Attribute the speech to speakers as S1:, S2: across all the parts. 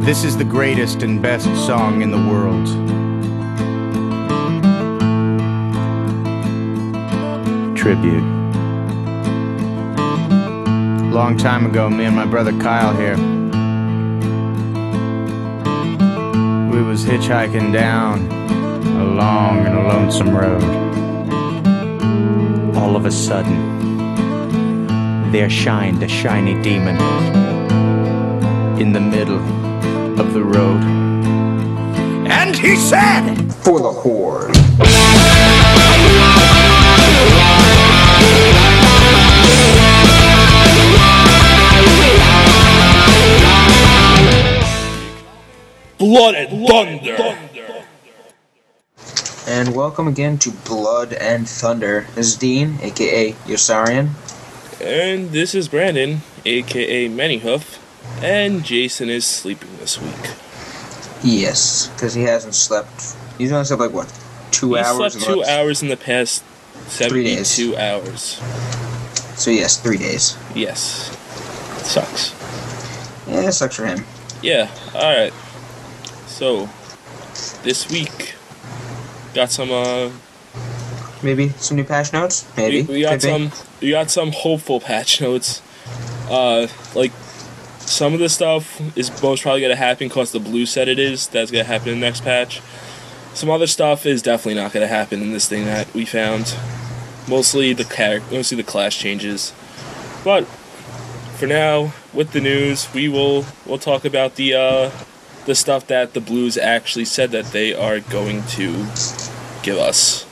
S1: This is the greatest and best song in the world. Tribute. Long time ago, me and my brother Kyle here. We was hitchhiking down a long and lonesome road. All of a sudden, there shined a shiny demon in the middle of the road. And he said,
S2: for the horde.
S3: Blood and thunder.
S2: And welcome again to Blood and Thunder. This is Dean, aka Yosarian.
S3: And this is Brandon, aka Mannyhoof, and Jason is sleeping this week.
S2: Yes, because he hasn't slept. He's only slept like what, two
S3: He
S2: hours?
S3: slept
S2: in the
S3: two
S2: last-
S3: hours in the past
S2: Three days.
S3: seventy-two hours.
S2: So yes, three days.
S3: Yes, sucks.
S2: Yeah, that sucks for him.
S3: Yeah. All right. So this week got some. Uh,
S2: Maybe some new patch notes. Maybe
S3: we, we got
S2: Could be.
S3: some. We got some hopeful patch notes. Uh, like some of the stuff is most probably gonna happen because the blue set it is. That's gonna happen in the next patch. Some other stuff is definitely not gonna happen in this thing that we found. Mostly the character, mostly the class changes. But for now, with the news, we will we'll talk about the uh, the stuff that the Blues actually said that they are going to give us.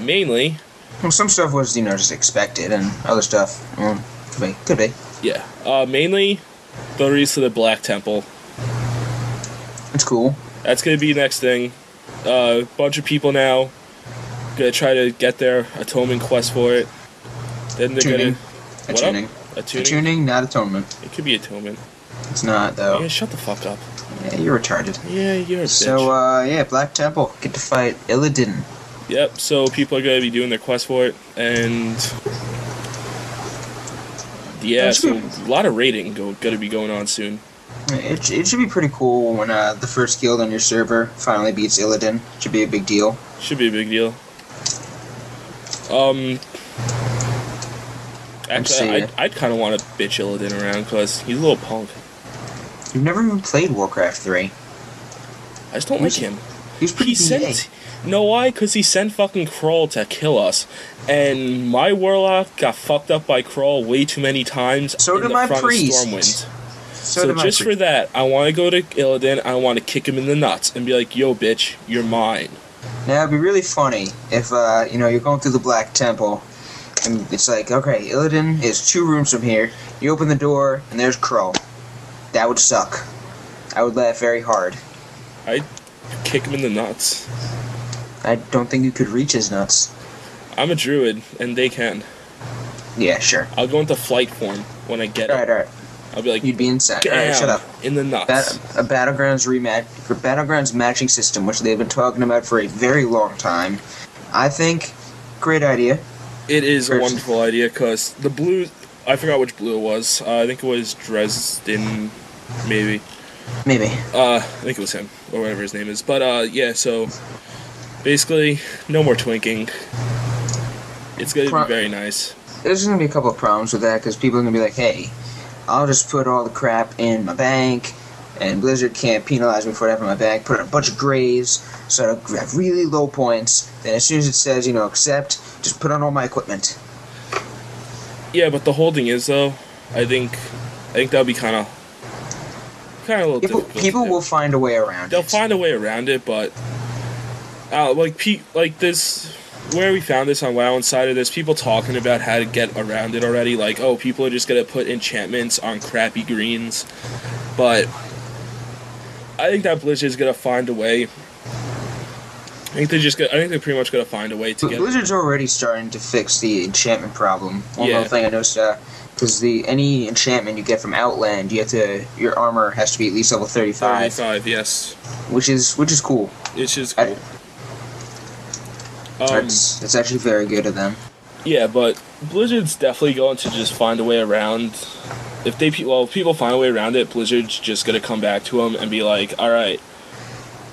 S3: Mainly,
S2: Well, some stuff was you know just expected, and other stuff well, could be could be.
S3: Yeah, uh, mainly the release of the Black Temple.
S2: It's cool.
S3: That's gonna be the next thing. A uh, bunch of people now gonna try to get their atonement quest for it. Then they're
S2: Tuning.
S3: gonna what up?
S2: Attuning.
S3: A tuning.
S2: Attuning, Oh. not atonement.
S3: It could be atonement.
S2: It's not though.
S3: Yeah, shut the fuck up.
S2: Yeah, you're retarded.
S3: Yeah, you're a
S2: So
S3: bitch.
S2: uh, yeah, Black Temple get to fight Illidan.
S3: yep. So people are gonna be doing their quest for it, and yeah,
S2: That's
S3: so
S2: good.
S3: a lot of raiding go, gonna be going on soon.
S2: It, it should be pretty cool when uh, the first guild on your server finally beats Illidan. Should be a big deal.
S3: Should be a big deal. Um. Actually,
S2: seeing
S3: I'd,
S2: it.
S3: I'd kind of want to bitch Illidan around because he's a little punk.
S2: You've never even played Warcraft 3.
S3: I just don't like him.
S2: He's pretty
S3: He sent. Know why? Because he sent fucking Kroll to kill us. And my warlock got fucked up by Kroll way too many times.
S2: So
S3: in
S2: did
S3: the
S2: my
S3: front of
S2: priest.
S3: Stormwind.
S2: So,
S3: So,
S2: did my
S3: just
S2: pre-
S3: for that, I want to go to Illidan. I want to kick him in the nuts and be like, yo, bitch, you're mine.
S2: Now it'd be really funny if uh, you know you're going through the Black Temple, and it's like, okay, Illidan is two rooms from here. You open the door, and there's Crow. That would suck. I would laugh very hard.
S3: Kick him in the nuts.
S2: I don't think you could reach his nuts.
S3: I'm a druid, and they can.
S2: Yeah, sure.
S3: I'll go into flight form when I get
S2: All right,
S3: it.
S2: all right.
S3: I'll be like,
S2: You'd be inside. All right,
S3: "Damn,"
S2: shut up.
S3: in the nuts.
S2: Bat- a battlegrounds rematch for battlegrounds matching system, which they've been talking about for a very long time. I think great idea.
S3: it is a
S2: First.
S3: wonderful idea because the blue. I forgot which blue it was. Uh, I think it was Dresden, maybe.
S2: Maybe
S3: Uh, I think it was him or whatever his name is. But uh, yeah, so basically, no more twinking. It's gonna
S2: Pro-
S3: be very nice.
S2: there's gonna be a couple of problems with that because people are gonna be like, "Hey, I'll just put all the crap in my bank, and Blizzard can't penalize me for whatever in my bank. Put in a bunch of graves, so I have really low points. Then as soon as it says, you know, accept, just put on all my equipment.
S3: Yeah, but the whole thing is though, I think, I think that'll be kind of, kind of a little
S2: People,
S3: difficult to
S2: people
S3: do.
S2: will find a way around
S3: they'll
S2: it.
S3: find a way around it, but uh, like pe- like this where we found this on WoW Insider, there's people talking about how to get around it already. Like, oh, people are just gonna put enchantments on crappy greens, but I think that Blizzard's gonna find a way. I think they're just. Gonna, I think they're pretty much gonna find a way to
S2: But
S3: get.
S2: Blizzard's already starting to fix the enchantment problem. One
S3: Yeah.
S2: little thing I noticed, because the any enchantment you get from Outland, you have to your armor has to be at least level thirty five,
S3: Thirty-five, yes,
S2: which is which is cool.
S3: which is
S2: I-
S3: cool. Um,
S2: That's that's actually very good of them.
S3: Yeah, but Blizzard's definitely going to just find a way around if they pe- well if people find a way around it, Blizzard's just gonna come back to them and be like, all right,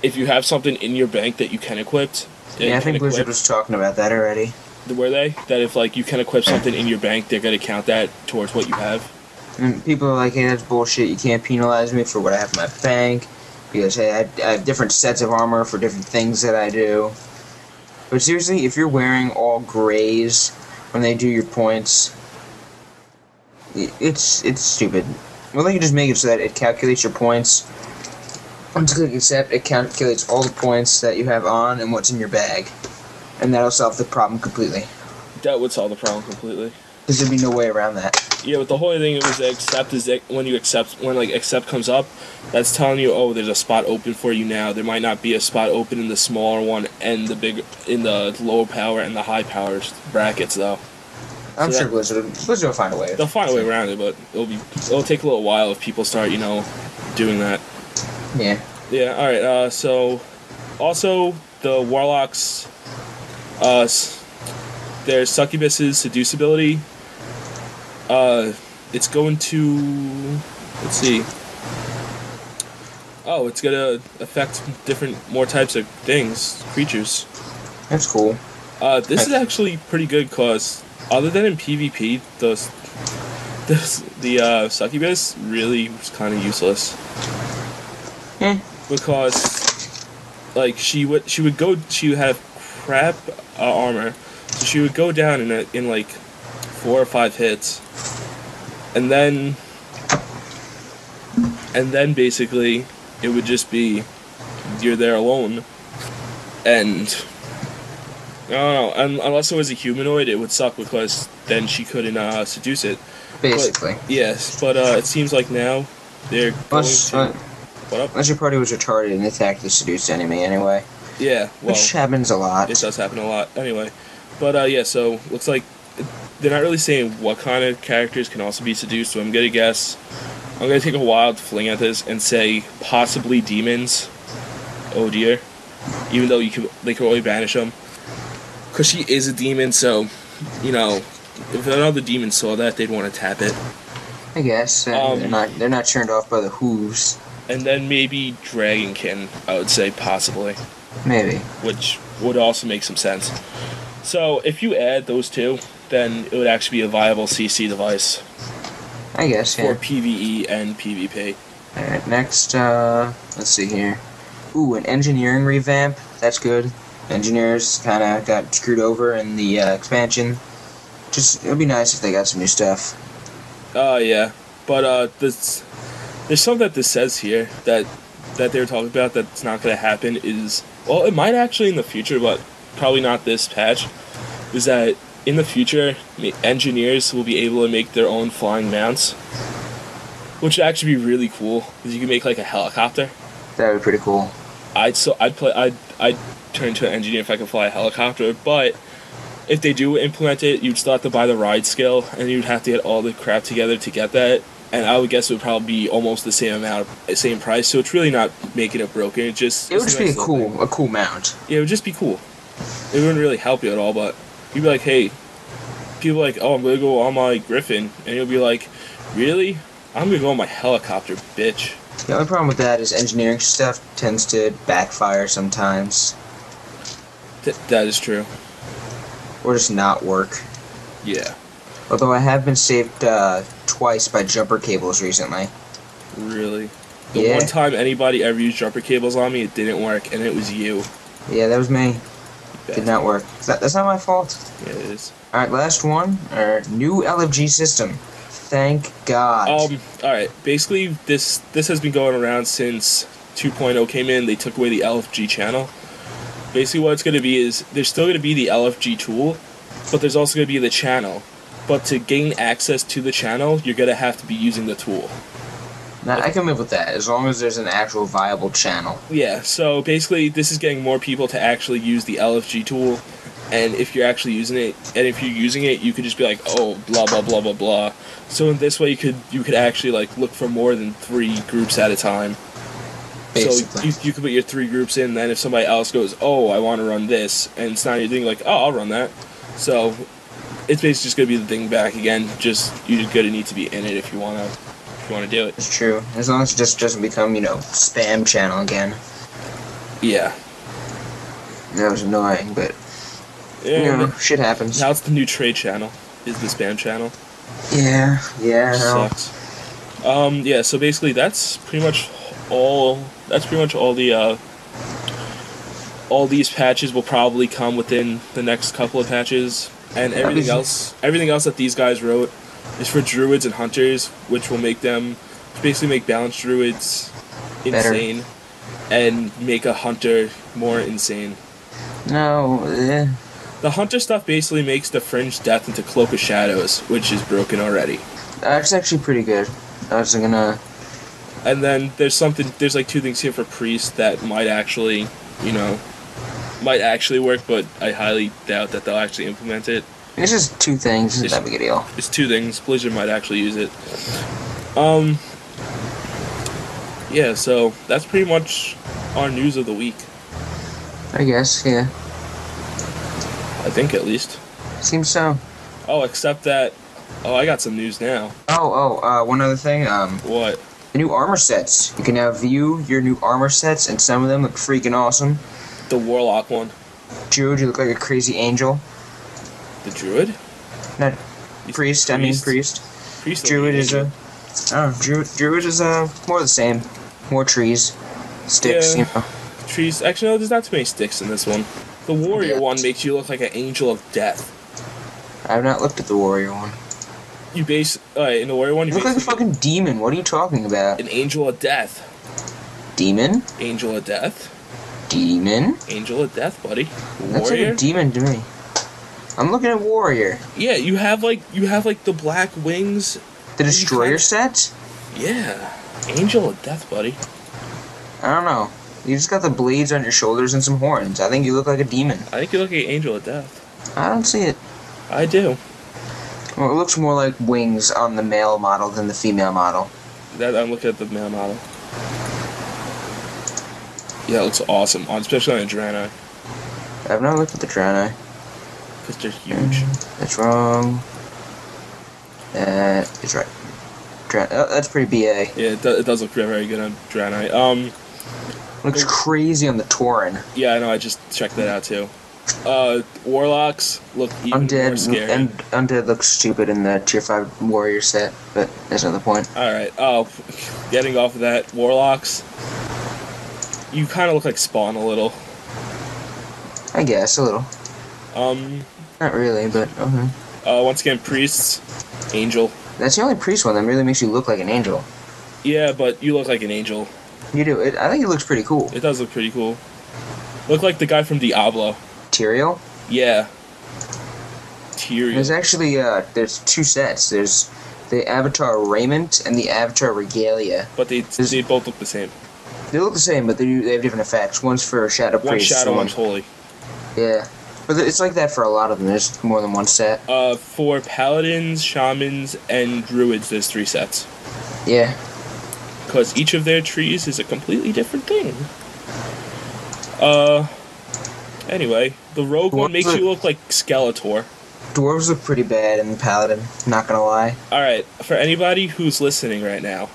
S3: if you have something in your bank that you can equip. that
S2: Yeah, I
S3: you can
S2: think Blizzard
S3: equip-
S2: was talking about that already.
S3: were they that if like you can equip something in your bank, they're gonna count that towards what you have.
S2: And people are like, hey, that's bullshit. You can't penalize me for what I have in my bank because hey, I, I have different sets of armor for different things that I do. But seriously, if you're wearing all grays when they do your points, i- it's it's stupid. Well, they can just make it so that it calculates your points. Once you click accept, it calculates all the points that you have on and what's in your bag, and that'll solve the problem completely.
S3: That would solve the problem completely.
S2: Because there'd be no way around that.
S3: Yeah, but the whole thing it was that accept is that when you accept when like accept comes up, that's telling you oh there's a spot open for you now. There might not be a spot open in the smaller one and the big in the lower power and the high powers brackets though.
S2: I'm
S3: So
S2: sure
S3: that-
S2: Blizzard, Blizzard will find a way.
S3: They'll find a way around it, but it'll be it'll take a little while if people start you know doing that.
S2: Yeah.
S3: Yeah, all right. Uh, so, also the warlocks, uh, s- their succubus's seducibility. Uh, it's going to let's see. Oh, it's gonna affect different more types of things, creatures.
S2: That's cool.
S3: Uh, this is actually pretty good because other than in PvP, those, those the uh, succubus really was kind of useless.
S2: Eh.
S3: Because, like, she would she would go she would have crap uh, armor, so she would go down in a, in like four or five hits, and then and then basically it would just be you're there alone, and I don't know. Un- unless it was a humanoid, it would suck because then she couldn't uh, seduce it.
S2: Basically.
S3: Yes, but uh, it seems like now they're going
S2: Unless, uh,
S3: to. What up?
S2: unless your party was retarded and attacked the seduced enemy anyway.
S3: Yeah, well,
S2: which happens a lot.
S3: it does happen a lot. Anyway, but uh, yeah, so looks like they're not really saying what kind of characters can also be seduced. So I'm gonna guess. I'm gonna take a wild fling at this and say possibly demons. Oh dear, even though you could they could only banish them, because she is a demon. So, you know, if another demon saw that, they'd want to tap it.
S2: I guess. and
S3: Um,
S2: they're not they're not turned off by the hooves.
S3: and then maybe Dragonkin, I would say possibly,
S2: Maybe.
S3: which would also make some sense. So if you add those two, then it would actually be a viable CC device
S2: I guess,
S3: for
S2: yeah.
S3: PVE and PvP.
S2: Alright, next, uh let's see here. Ooh, an engineering revamp. That's good. Engineers kinda got screwed over in the uh, expansion. Just it would be nice if they got some new stuff.
S3: Oh yeah, but uh, this, there's something that this says here that that they were talking about that's not gonna happen is well, it might actually in the future, but probably not this patch. Is that in the future me- engineers will be able to make their own flying mounts, which would actually be really cool because you can make like a helicopter.
S2: That would be pretty cool.
S3: I'd so I'd play I'd I'd turn to an engineer if I could fly a helicopter, but if they do implement it, you'd still have to buy the ride skill and you'd have to get all the crap together to get that. And I would guess it would probably be almost the same amount, same price. So it's really not making it broken. It just
S2: It would
S3: it's
S2: just
S3: a
S2: be a
S3: nice little
S2: cool
S3: thing.
S2: a cool mount.
S3: Yeah, it would just be cool. It wouldn't really help you at all, but you'd be like, hey, people are like, oh, I'm gonna go on my Griffin, and you'll be like, really? I'm gonna go on my helicopter, bitch.
S2: The only problem with that is engineering stuff tends to backfire sometimes,
S3: Th- that is true.
S2: or just not work.
S3: Yeah,
S2: Although I have been saved uh, twice by jumper cables recently.
S3: really. The
S2: Yeah.
S3: one time anybody ever used jumper cables on me, it didn't work, and it was you.
S2: Yeah, that was me. Did
S3: Bad.
S2: not work. Is that- That's not my fault.
S3: Yeah, it is.
S2: All right, last one. Our new LFG system. Thank God.
S3: Um, all right. Basically, this this has been going around since 2.0 came in. They took away the LFG channel. Basically, what it's going to be is there's still going to be the LFG tool, but there's also going to be the channel. But to gain access to the channel, you're going to have to be using the tool.
S2: Now, I can live with that as long as there's an actual viable channel.
S3: Yeah. So basically, this is getting more people to actually use the LFG tool. And if you're actually using it, and if you're using it, you could just be like, oh, blah blah blah blah blah. So in this way, you could you could actually like look for more than three groups at a time. So
S2: Basically.
S3: you, you can put your three groups in. Then if somebody else goes, oh, I want to run this, and it's not your thing, like, oh, I'll run that. So it's basically just gonna be the thing back again. Just you're gonna need to be in it if you wanna if you wanna do it.
S2: It's true. As long as it just doesn't become, you know, spam channel again.
S3: Yeah.
S2: That was annoying, but
S3: Yeah.
S2: you know,
S3: but
S2: shit happens.
S3: Now it's the new trade channel. Is the spam channel?
S2: Yeah, yeah. I know.
S3: Sucks. Um. Yeah. So basically, that's pretty much all. That's pretty much all the. Uh, all these patches will probably come within the next couple of patches, and everything else, everything else that these guys wrote, is for druids and hunters, which will make them, basically make balanced druids,
S2: Better.
S3: insane, and make a hunter more insane.
S2: No, eh.
S3: The hunter stuff basically makes the fringe death into cloak of shadows, which is broken already.
S2: that's actually pretty good. I was gonna.
S3: And then there's something there's like two things here for priest that might actually, you know, might actually work, but I highly doubt that they'll actually implement it.
S2: It's just two things. It's not a big a deal.
S3: It's two things. Blizzard might actually use it. Um Yeah, so that's pretty much our news of the week.
S2: I guess. Yeah.
S3: I think at least.
S2: Seems so.
S3: Oh, except that oh I got some news now.
S2: Oh, oh. Uh, one other thing. Um,
S3: What?
S2: the new armor sets. You can now view your new armor sets, and some of them look freaking awesome.
S3: The warlock one.
S2: Jude, you look like a crazy angel.
S3: The druid?
S2: Not
S3: He's
S2: priest. I mean
S3: priest.
S2: priest.
S3: Priest
S2: Druid is a. Oh, druid. Druid is uh more the same. More trees, sticks.
S3: Yeah.
S2: You know.
S3: trees. Actually, no, there's not too many sticks in this one. The warrior
S2: Yeah.
S3: one makes you look like an angel of death.
S2: I've not looked at the warrior one.
S3: You base uh, in the warrior one, you
S2: You look like a
S3: base
S2: fucking demon. What are you talking about?
S3: an angel of death,
S2: Demon?
S3: angel of death,
S2: Demon?
S3: angel of death, buddy.
S2: That's like
S3: Warrior.
S2: a demon to me. I'm looking at warrior.
S3: yeah, you have like you have like the black wings.
S2: The
S3: you
S2: destroyer
S3: kinda-
S2: set?
S3: Yeah, angel of death, buddy.
S2: I don't know. You just got the blades on your shoulders and some horns. I think you look like a demon.
S3: I think you look like an angel of death.
S2: I don't see it.
S3: I do.
S2: Well, it looks more like wings on the male model than the female model.
S3: That I'm looking at the male model. Yeah, it looks awesome, on especially on Adrena,
S2: I've not looked at the Draenei.
S3: because they're huge.
S2: That's wrong. That is right. Dra- oh, that's pretty BA.
S3: Yeah, it, do, it does look very, very good on Adrena. Um,
S2: Looks crazy on the Tauren.
S3: Yeah, I know. I just checked that out too. Uh, warlocks look even more
S2: Undead
S3: scary.
S2: and Undead looks stupid in the tier 5 warrior set, but that's another point.
S3: All right. Oh, getting off of that, warlocks. You kind of look like Spawn a little.
S2: I guess, a little.
S3: Um,
S2: Not really, but okay.
S3: uh, once again, priests, angel.
S2: That's the only priest one that really makes you look like an angel.
S3: Yeah, but you look like an angel.
S2: You do. It, I think it looks pretty cool.
S3: It does look pretty cool. Look like the guy from Diablo.
S2: Tyrael.
S3: Yeah. Tyrion.
S2: There's actually uh, there's two sets. There's the Avatar raiment and the Avatar regalia.
S3: but they they both look the same.
S2: They look the same, but they do, they have different effects. One's for shadow
S3: One
S2: priest.
S3: shadow,
S2: one-
S3: one's holy.
S2: Yeah, but it's like that for a lot of them. There's more than one set.
S3: Uh, for paladins, shamans, and druids, there's three sets.
S2: Yeah,
S3: because each of their trees is a completely different thing. Uh, anyway, the rogue one makes you look like Skeletor.
S2: dwarves look pretty bad in paladin. Not gonna lie.
S3: All right, for anybody who's listening right now,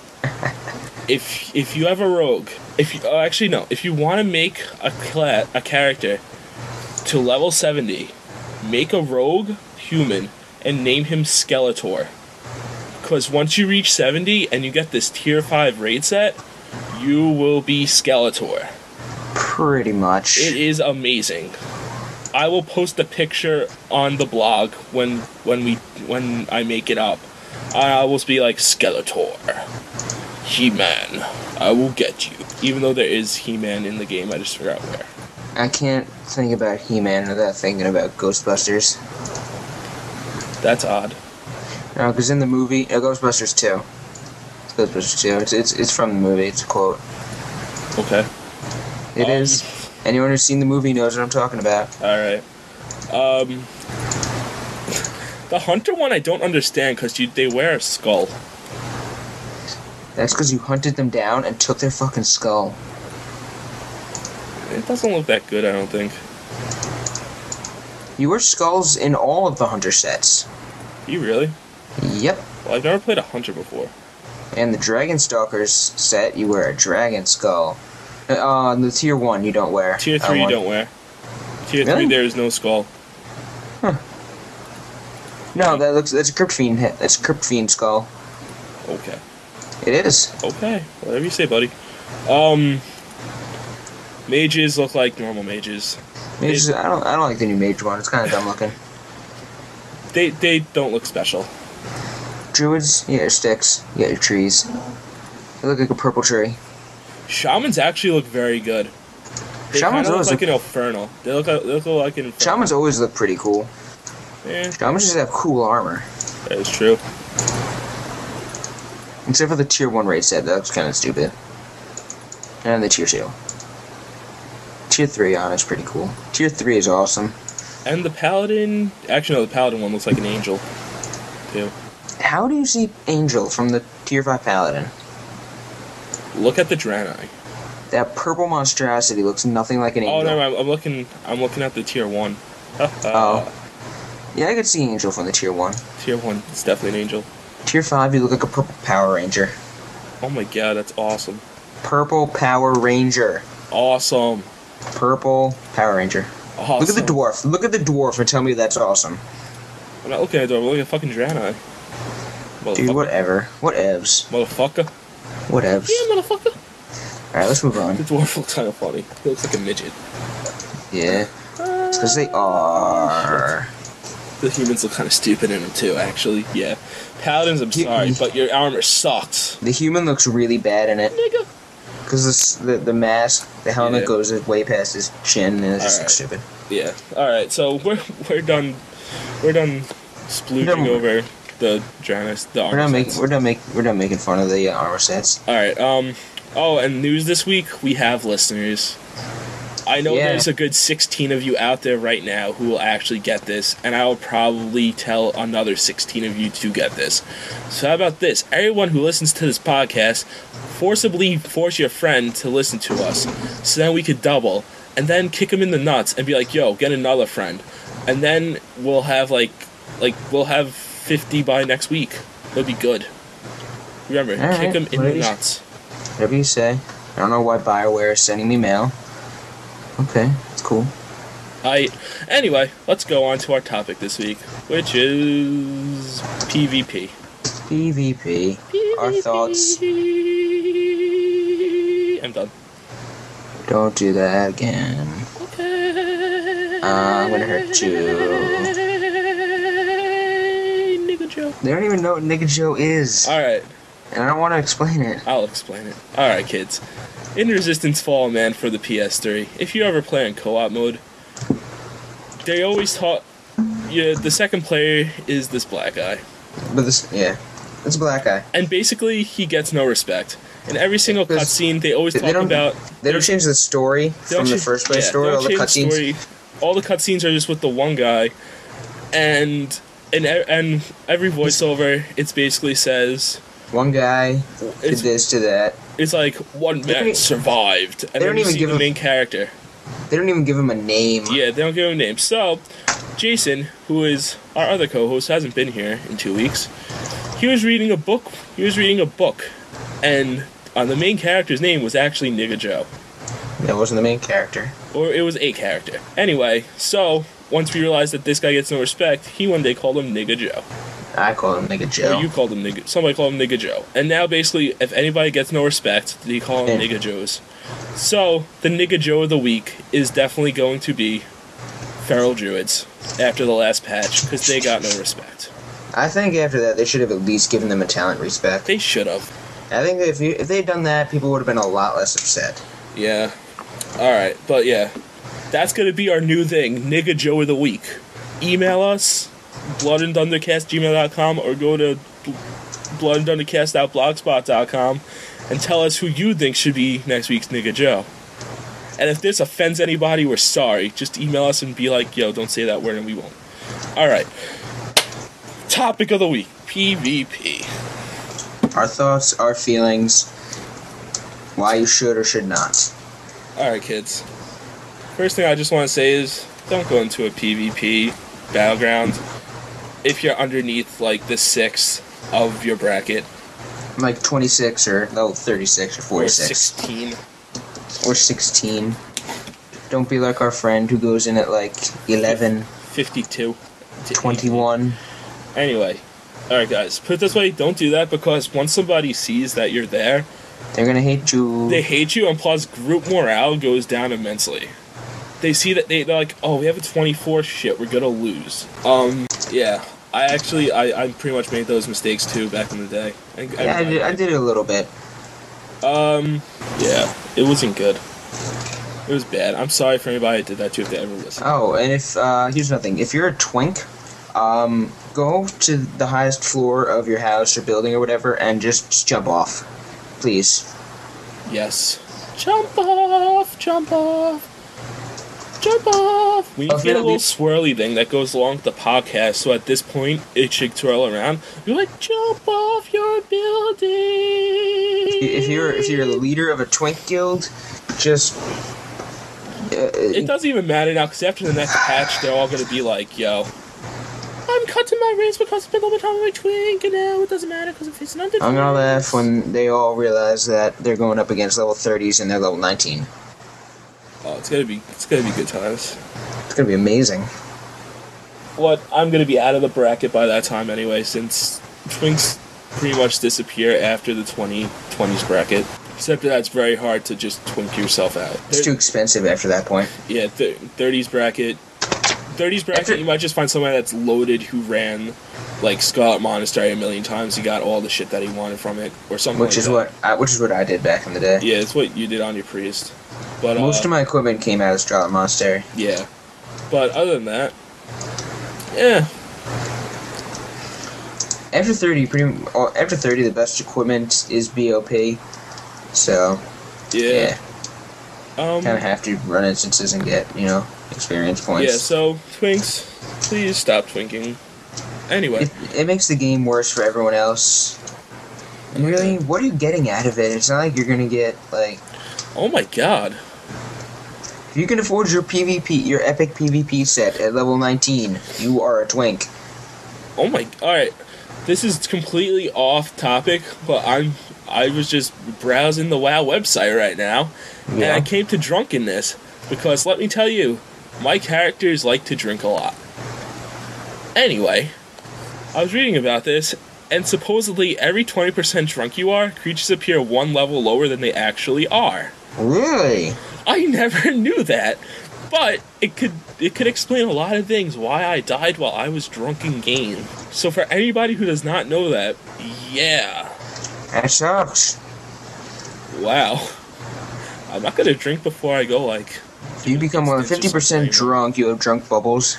S3: if if you have a rogue, if you, oh, actually no, if you want to make a cla- a character to level seventy, make a rogue human and name him Skeletor. Because once you reach seventy and you get this tier five raid set, you will be Skeletor.
S2: Pretty much.
S3: It is amazing. I will post a picture on the blog when when we when I make it up. I will be like Skeletor, He Man. I will get you. Even though there is He Man in the game, I just forgot where.
S2: I can't think about He-Man without thinking about Ghostbusters.
S3: That's odd.
S2: No, because in the movie, uh, Ghostbusters 2. It's Ghostbusters 2. It's, it's, it's from the movie. It's a quote.
S3: Okay.
S2: It
S3: Um,
S2: is. Anyone who's seen the movie knows what I'm talking about.
S3: All right. Um, the hunter one I don't understand because you they wear a skull.
S2: That's because you hunted them down and took their fucking skull.
S3: It doesn't look that good. I don't think.
S2: You were skulls in all of the hunter sets.
S3: You really?
S2: Yep.
S3: Well, I've never played a hunter before.
S2: And the dragon stalkers set, you wear a dragon skull. Uh, Uh, the tier one you don't wear.
S3: Tier
S2: that
S3: three, you
S2: one.
S3: don't wear. Tier
S2: Really?
S3: three, there is no skull.
S2: No, that looks that's a crypt fiend. he- That's a crypt fiend skull.
S3: Okay.
S2: It is.
S3: Okay. Whatever you say, buddy. Um. Mages look like normal mages.
S2: Mage, I don't I don't like the new mage one. It's kind of dumb looking.
S3: They they don't look special.
S2: Druids, you got your sticks, you got your trees. They look like a purple tree.
S3: Shamans actually look very good. They
S2: Shamans
S3: kinda
S2: always
S3: look like
S2: look-
S3: an infernal. They look like, they look like an infernal.
S2: Shamans always look pretty cool.
S3: Eh,
S2: Shamans just have cool armor.
S3: that is true.
S2: Except for the tier one raid set, that's kind of stupid. And the tier two. Tier three on is pretty cool. Tier three is awesome.
S3: And the paladin. Actually, no, the paladin one looks like an angel. Too.
S2: How do you see Angel from the tier five paladin?
S3: Look at the Draenei.
S2: That purple monstrosity looks nothing like an angel.
S3: Oh no, I'm, I'm looking. I'm looking at the tier one.
S2: Oh. Yeah, I could see Angel from the tier one.
S3: Tier one. It's definitely an angel.
S2: Tier five, you look like a purple Power Ranger.
S3: Oh my god, that's awesome.
S2: Purple Power Ranger.
S3: Awesome.
S2: Purple Power Ranger.
S3: Awesome.
S2: Look at the dwarf. Look at the dwarf and tell me that's awesome.
S3: I'm not looking at the door. I'm looking at fucking Draenei. Motherfucker.
S2: Dude, whatever. Whatevs.
S3: Motherfucker.
S2: Whatevs.
S3: Yeah, motherfucker.
S2: Alright, let's move
S3: The
S2: on.
S3: dwarf looks kind of funny. He looks like a midget.
S2: Yeah. It's because they are.
S3: The humans look kind of stupid in them too, actually. Yeah. Paladins, I'm
S2: You-
S3: sorry,
S2: you-
S3: but your armor sucks.
S2: The human looks really bad in it.
S3: Nigga.
S2: Because the, the mask, the helmet
S3: Yeah.
S2: goes way past his chin and it's just
S3: Alright.
S2: looks stupid.
S3: Yeah. All right. So we're we're done. We're done splooging
S2: Never-
S3: over the Draenei. The
S2: We're
S3: armor
S2: not
S3: sets.
S2: making we're not making we're not making fun of the uh, armor sets.
S3: All right. Um. Oh, and news this week we have listeners. I know
S2: Yeah.
S3: there's a good 16 of you out there right now who will actually get this, and I will probably tell another 16 of you to get this. So how about this? Everyone who listens to this podcast, forcibly force your friend to listen to us, so then we could double, and then kick him in the nuts and be like, "Yo, get another friend," and then we'll have like, like we'll have 50 by next week. It'll be good. Remember,
S2: All
S3: kick
S2: right,
S3: him in the
S2: ladies.
S3: nuts.
S2: Whatever you say. I don't know why Bioware is sending me mail. Okay, it's cool.
S3: I anyway, let's go on to our topic this week, which is PvP.
S2: PvP. Our thoughts.
S3: I'm done.
S2: Don't do that again.
S3: Okay.
S2: I'm gonna hurt you.
S3: Nigga Joe.
S2: They don't even know what Nigga Joe is.
S3: All right,
S2: And I don't want to explain it.
S3: I'll explain it. All right, kids. In Resistance Fall, man, for the PS3. If you ever play in co-op mode, they always taught. Yeah, the second player is this black guy.
S2: But this, yeah. It's a black guy.
S3: and basically he gets no respect. In every single
S2: Because
S3: cutscene, they always
S2: they- they
S3: talk
S2: don't-
S3: about
S2: They don't change the story
S3: they don't
S2: from the
S3: change-
S2: first place
S3: yeah,
S2: story,
S3: they
S2: all
S3: don't
S2: the cutscenes.
S3: change story. All the cutscenes are just with the one guy, and and e- and every voiceover, it's basically says
S2: One guy did
S3: It's-
S2: this, did that.
S3: it's like one
S2: don't
S3: man
S2: e-
S3: survived, and
S2: they
S3: then
S2: don't
S3: you
S2: even
S3: see
S2: give
S3: the
S2: him-
S3: main character.
S2: They don't even give him a name.
S3: Yeah, they don't give him a name. So, Jason, who is our other co-host, hasn't been here in two weeks. He was reading a book. He was reading a book, and on the main character's name was actually Nigga Joe.
S2: That wasn't the main character.
S3: or it was a character. Anyway, so once we realized that this guy gets no respect, he one day called him Nigga Joe.
S2: I call him Nigga
S3: Or
S2: Joe.
S3: you called him Nigga. Somebody called him Nigga Joe. And now basically, if anybody gets no respect, they call him
S2: Yeah.
S3: Nigga Joes. So the Nigga Joe of the week is definitely going to be Feral Druids after the last patch because they got no respect.
S2: I think after that, they should have at least given them a talent respect.
S3: They should have.
S2: I think if you, if they'd done that, people would have been a lot less upset.
S3: Yeah. All right, but yeah, that's gonna be our new thing, nigga Joe of the week. Email us, bloodandthundercast@gmail.com, or go to bl- bloodandthundercast.blogspot.com and tell us who you think should be next week's nigga Joe. And if this offends anybody, we're sorry. Just email us and be like, yo, don't say that word, and we won't. All right. Topic of the week: PvP.
S2: Our thoughts, our feelings, why you should or should not.
S3: All right, kids. First thing I just want to say is don't go into a PvP battleground if you're underneath like the sixth of your bracket
S2: Like 26 or no, 36 or
S3: or
S2: 46
S3: 16.
S2: or 16. Don't be like our friend who goes in at like 11,
S3: 52. to
S2: 21.
S3: Anyway, all right, guys. Put it this way: don't do that because once somebody sees that you're there,
S2: They're gonna hate you.
S3: they hate you, and plus group morale goes down immensely. They see that they, they're like, "Oh, we have a 24 shit. We're gonna lose." Um, yeah. I actually, I, I pretty much made those mistakes too back in the day. I,
S2: yeah, I did, I did it a little bit.
S3: Um, yeah, it wasn't good. It was bad. I'm sorry for anybody that did that to if they ever listened.
S2: Oh, and if uh, here's another thing: if you're a twink, um, go to the highest floor of your house or building or whatever, and just, just jump off, please.
S3: Yes. Jump off! Jump off! Jump off! We need
S2: Oh,
S3: to get a
S2: yeah,
S3: little
S2: we-
S3: swirly thing that goes along with the podcast, so at this point, it should twirl around. You're like, jump off your building!
S2: If you're if you're the leader of a twink guild, just
S3: It
S2: uh,
S3: doesn't even matter now, because after the next patch, they're all going to be like, yo. I'm cutting my wrist because it's been a little bit time with my twink, and now it doesn't matter because I'm facing under.
S2: I'm gonna laugh when they all realize that they're going up against level 30s and they're level 19.
S3: Oh, it's gonna be it's gonna be good times.
S2: It's gonna be amazing.
S3: What I'm gonna be out of the bracket by that time anyway, since twinks pretty much disappear after the 2020s bracket. Except that it's very hard to just twink yourself out.
S2: It's too expensive after that point.
S3: yeah, th- 30s bracket. 30s bracket, you might just find somebody that's loaded who ran like Scarlet Monastery a million times. He got all the shit that he wanted from it, or something.
S2: Which
S3: like
S2: is
S3: that.
S2: what I, which is what I did back in the day.
S3: Yeah, it's what you did on your priest. But
S2: Most
S3: uh,
S2: of my equipment came out of Scarlet Monastery.
S3: Yeah. But other than that, yeah,
S2: After 30, pretty m- oh, after 30, the best equipment is BOP. So yeah,
S3: yeah. Um,
S2: kind of have to run instances and get you know experience points.
S3: Yeah, so Twinks, please stop twinking. Anyway,
S2: it, it makes the game worse for everyone else. And really, what are you getting out of it? It's not like you're gonna get like
S3: oh my god.
S2: if you can afford your PvP, your epic PvP set at level 19, you are a twink.
S3: Oh my alright. This is completely off topic, but I'm I was just browsing the WoW website right now and
S2: Yeah.
S3: I came to drunkenness because let me tell you, my characters like to drink a lot. Anyway, I was reading about this, and supposedly every 20% drunk you are, creatures appear one level lower than they actually are.
S2: Really?
S3: I never knew that, but it could it could explain a lot of things why I died while I was drunk in game. So for anybody who does not know that, yeah,
S2: That sucks.
S3: wow. I'm not gonna drink before I go like
S2: You become more than
S3: It's just
S2: 50%
S3: insane.
S2: drunk. You have drunk bubbles.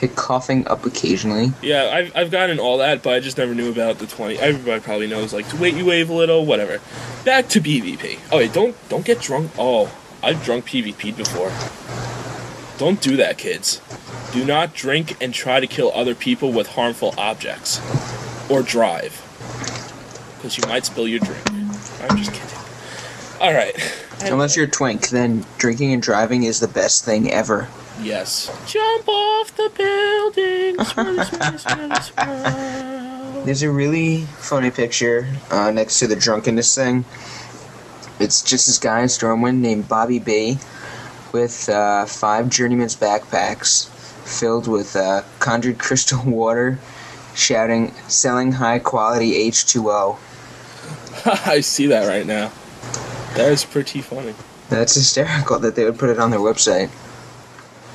S2: Hit coughing up occasionally.
S3: yeah I've I've gotten all that, but I just never knew about the twenty. Everybody probably knows like to wait you wave a little whatever. Back to PvP. Oh wait, don't don't get drunk. Oh, I've drunk PvP before. Don't do that, kids. Do not drink and try to kill other people with harmful objects or drive. Because you might spill your drink. I'm just kidding. All right.
S2: Unless you're a twink, then drinking and driving is the best thing ever.
S3: Yes. Jump off the building. swirl, swirl, swirl, swirl.
S2: There's a really funny picture uh, next to the drunkenness thing. It's just this guy in Stormwind named Bobby B with uh, five journeyman's backpacks filled with uh, conjured crystal water, shouting, selling high quality H2O.
S3: I see that right now. That is pretty funny.
S2: That's hysterical that they would put it on their website.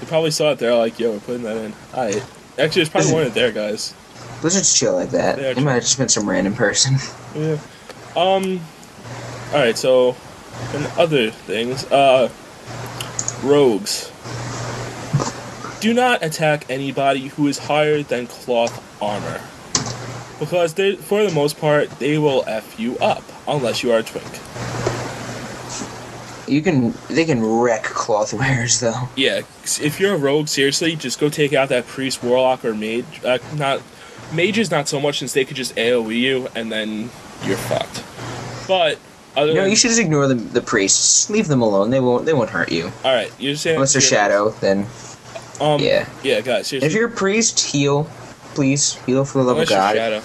S3: You probably saw it there, like, yo, we're putting that in. I actually, there's probably one of there, guys.
S2: Blizzard's chill like that.
S3: They are
S2: It might have just been some random person.
S3: Yeah. Um. All right. So, and other things. Uh, rogues. Do not attack anybody who is higher than cloth armor, because they, for the most part, they will f you up unless you are a twink.
S2: You can, they can wreck cloth wearers though.
S3: Yeah, if you're a rogue, seriously, just go take out that priest, warlock, or mage. Uh, not E mages, not so much, since they could just AOE you and then you're fucked. But Other
S2: You know,
S3: than-
S2: you should just ignore the, the priests. Leave them alone. They won't. They won't hurt you.
S3: all right, you're saying
S2: Unless they're shadow, then
S3: Um,
S2: Yeah.
S3: yeah, guys.
S2: If
S3: Seriously,
S2: you're a priest, heal, please. Heal for the love
S3: unless
S2: of
S3: you're
S2: God.
S3: shadow,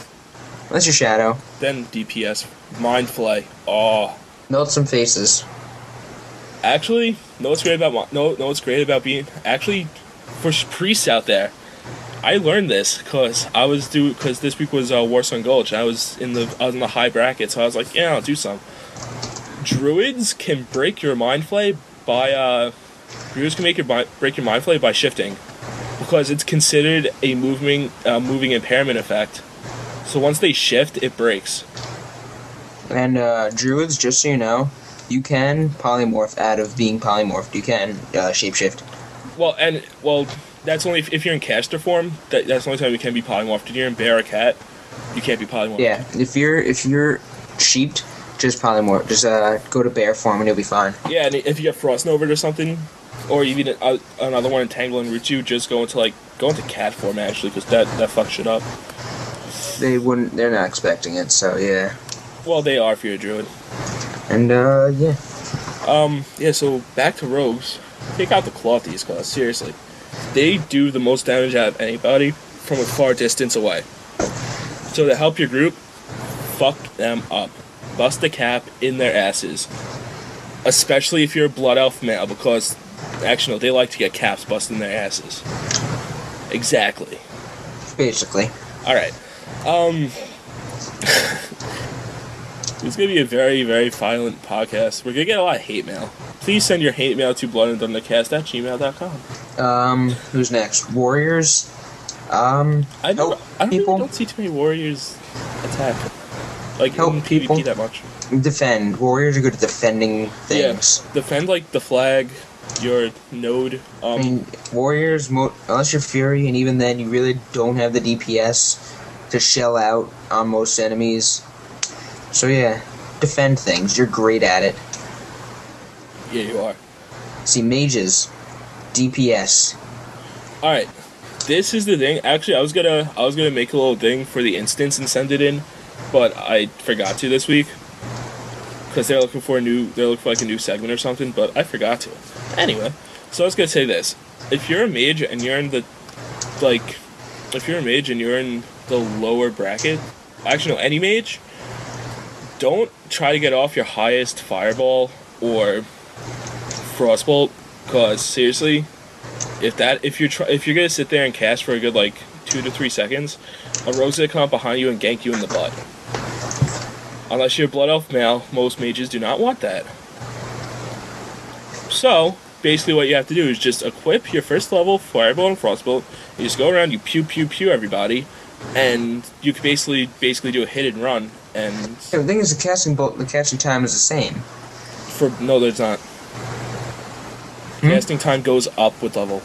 S2: Unless you're shadow.
S3: then DPS, mind flay. Oh,
S2: Melt some faces.
S3: actually, know what's great about my, no, know what's great about being actually for sh- priests out there. I learned this because I was do because this week was uh, Warzone Gulch. And I was in the I was in the high bracket, so I was like, yeah, I'll do some. Druids can break your mind flay by uh, druids can make your mi- break your mind flay by shifting, because it's considered a moving uh, moving impairment effect. So once they shift, it breaks.
S2: And uh, druids, just so you know, you can polymorph out of being polymorphed. You can uh, shapeshift.
S3: Well, and well, that's only if, if you're in caster form. That, that's the only time you can be polymorphed. If you're in bear or cat, you can't be polymorphed.
S2: Yeah. If you're if you're sheeped, just polymorph. Just uh, go to bear form and you'll be fine.
S3: Yeah, and if you get frost over or something, or even a, another one entangle and root you, just go into like go into cat form actually, because that that fucks shit up.
S2: They wouldn't. They're not expecting it. So yeah.
S3: Well, they are if you're a druid.
S2: And uh, yeah.
S3: Um, yeah. So back to rogues. Take out the clothies, cause seriously, they do the most damage out of anybody from a far distance away. So to help your group, fuck them up, bust the cap in their asses. Especially if you're a blood elf male, because actually no, they like to get caps busted in their asses. Exactly.
S2: Basically.
S3: All right. Um, it's gonna be a very, very violent podcast. We're gonna get a lot of hate mail. Please send your hate mail to bloodandthundercast at gmail.com.
S2: Um, who's next? Warriors. Um,
S3: I don't,
S2: Help
S3: I don't,
S2: people.
S3: really don't see too many warriors attack like
S2: Help
S3: in
S2: people.
S3: PvP that much.
S2: defend. Warriors are good at defending things.
S3: Yeah, defend like the flag, your node. Um,
S2: I mean, Warriors, mo- unless you're Fury, and even then, you really don't have the DPS to shell out on most enemies. So, yeah, defend things. You're great at it.
S3: yeah, you are.
S2: See, mages, DPS.
S3: All right, this is the thing. Actually, I was gonna I was gonna make a little thing for the instance and send it in, but I forgot to this week because they're looking for a new they're looking for like a new segment or something. But I forgot to. Anyway, so I was gonna say this: if you're a mage and you're in the like, if you're a mage and you're in the lower bracket, actually no, any mage, don't try to get off your highest fireball or frostbolt because seriously if that if you're try, if you're gonna sit there and cast for a good like two to three seconds, a rogue's gonna come up behind you and gank you in the butt. Unless you're a blood elf male, most mages do not want that. So basically, what you have to do is just equip your first level fireball and frostbolt. You just go around, you pew pew pew everybody, and you can basically basically do a hit and run. And
S2: Yeah, the thing is, the casting bolt, the casting time is the same.
S3: for no, there's not. Casting time goes up with level.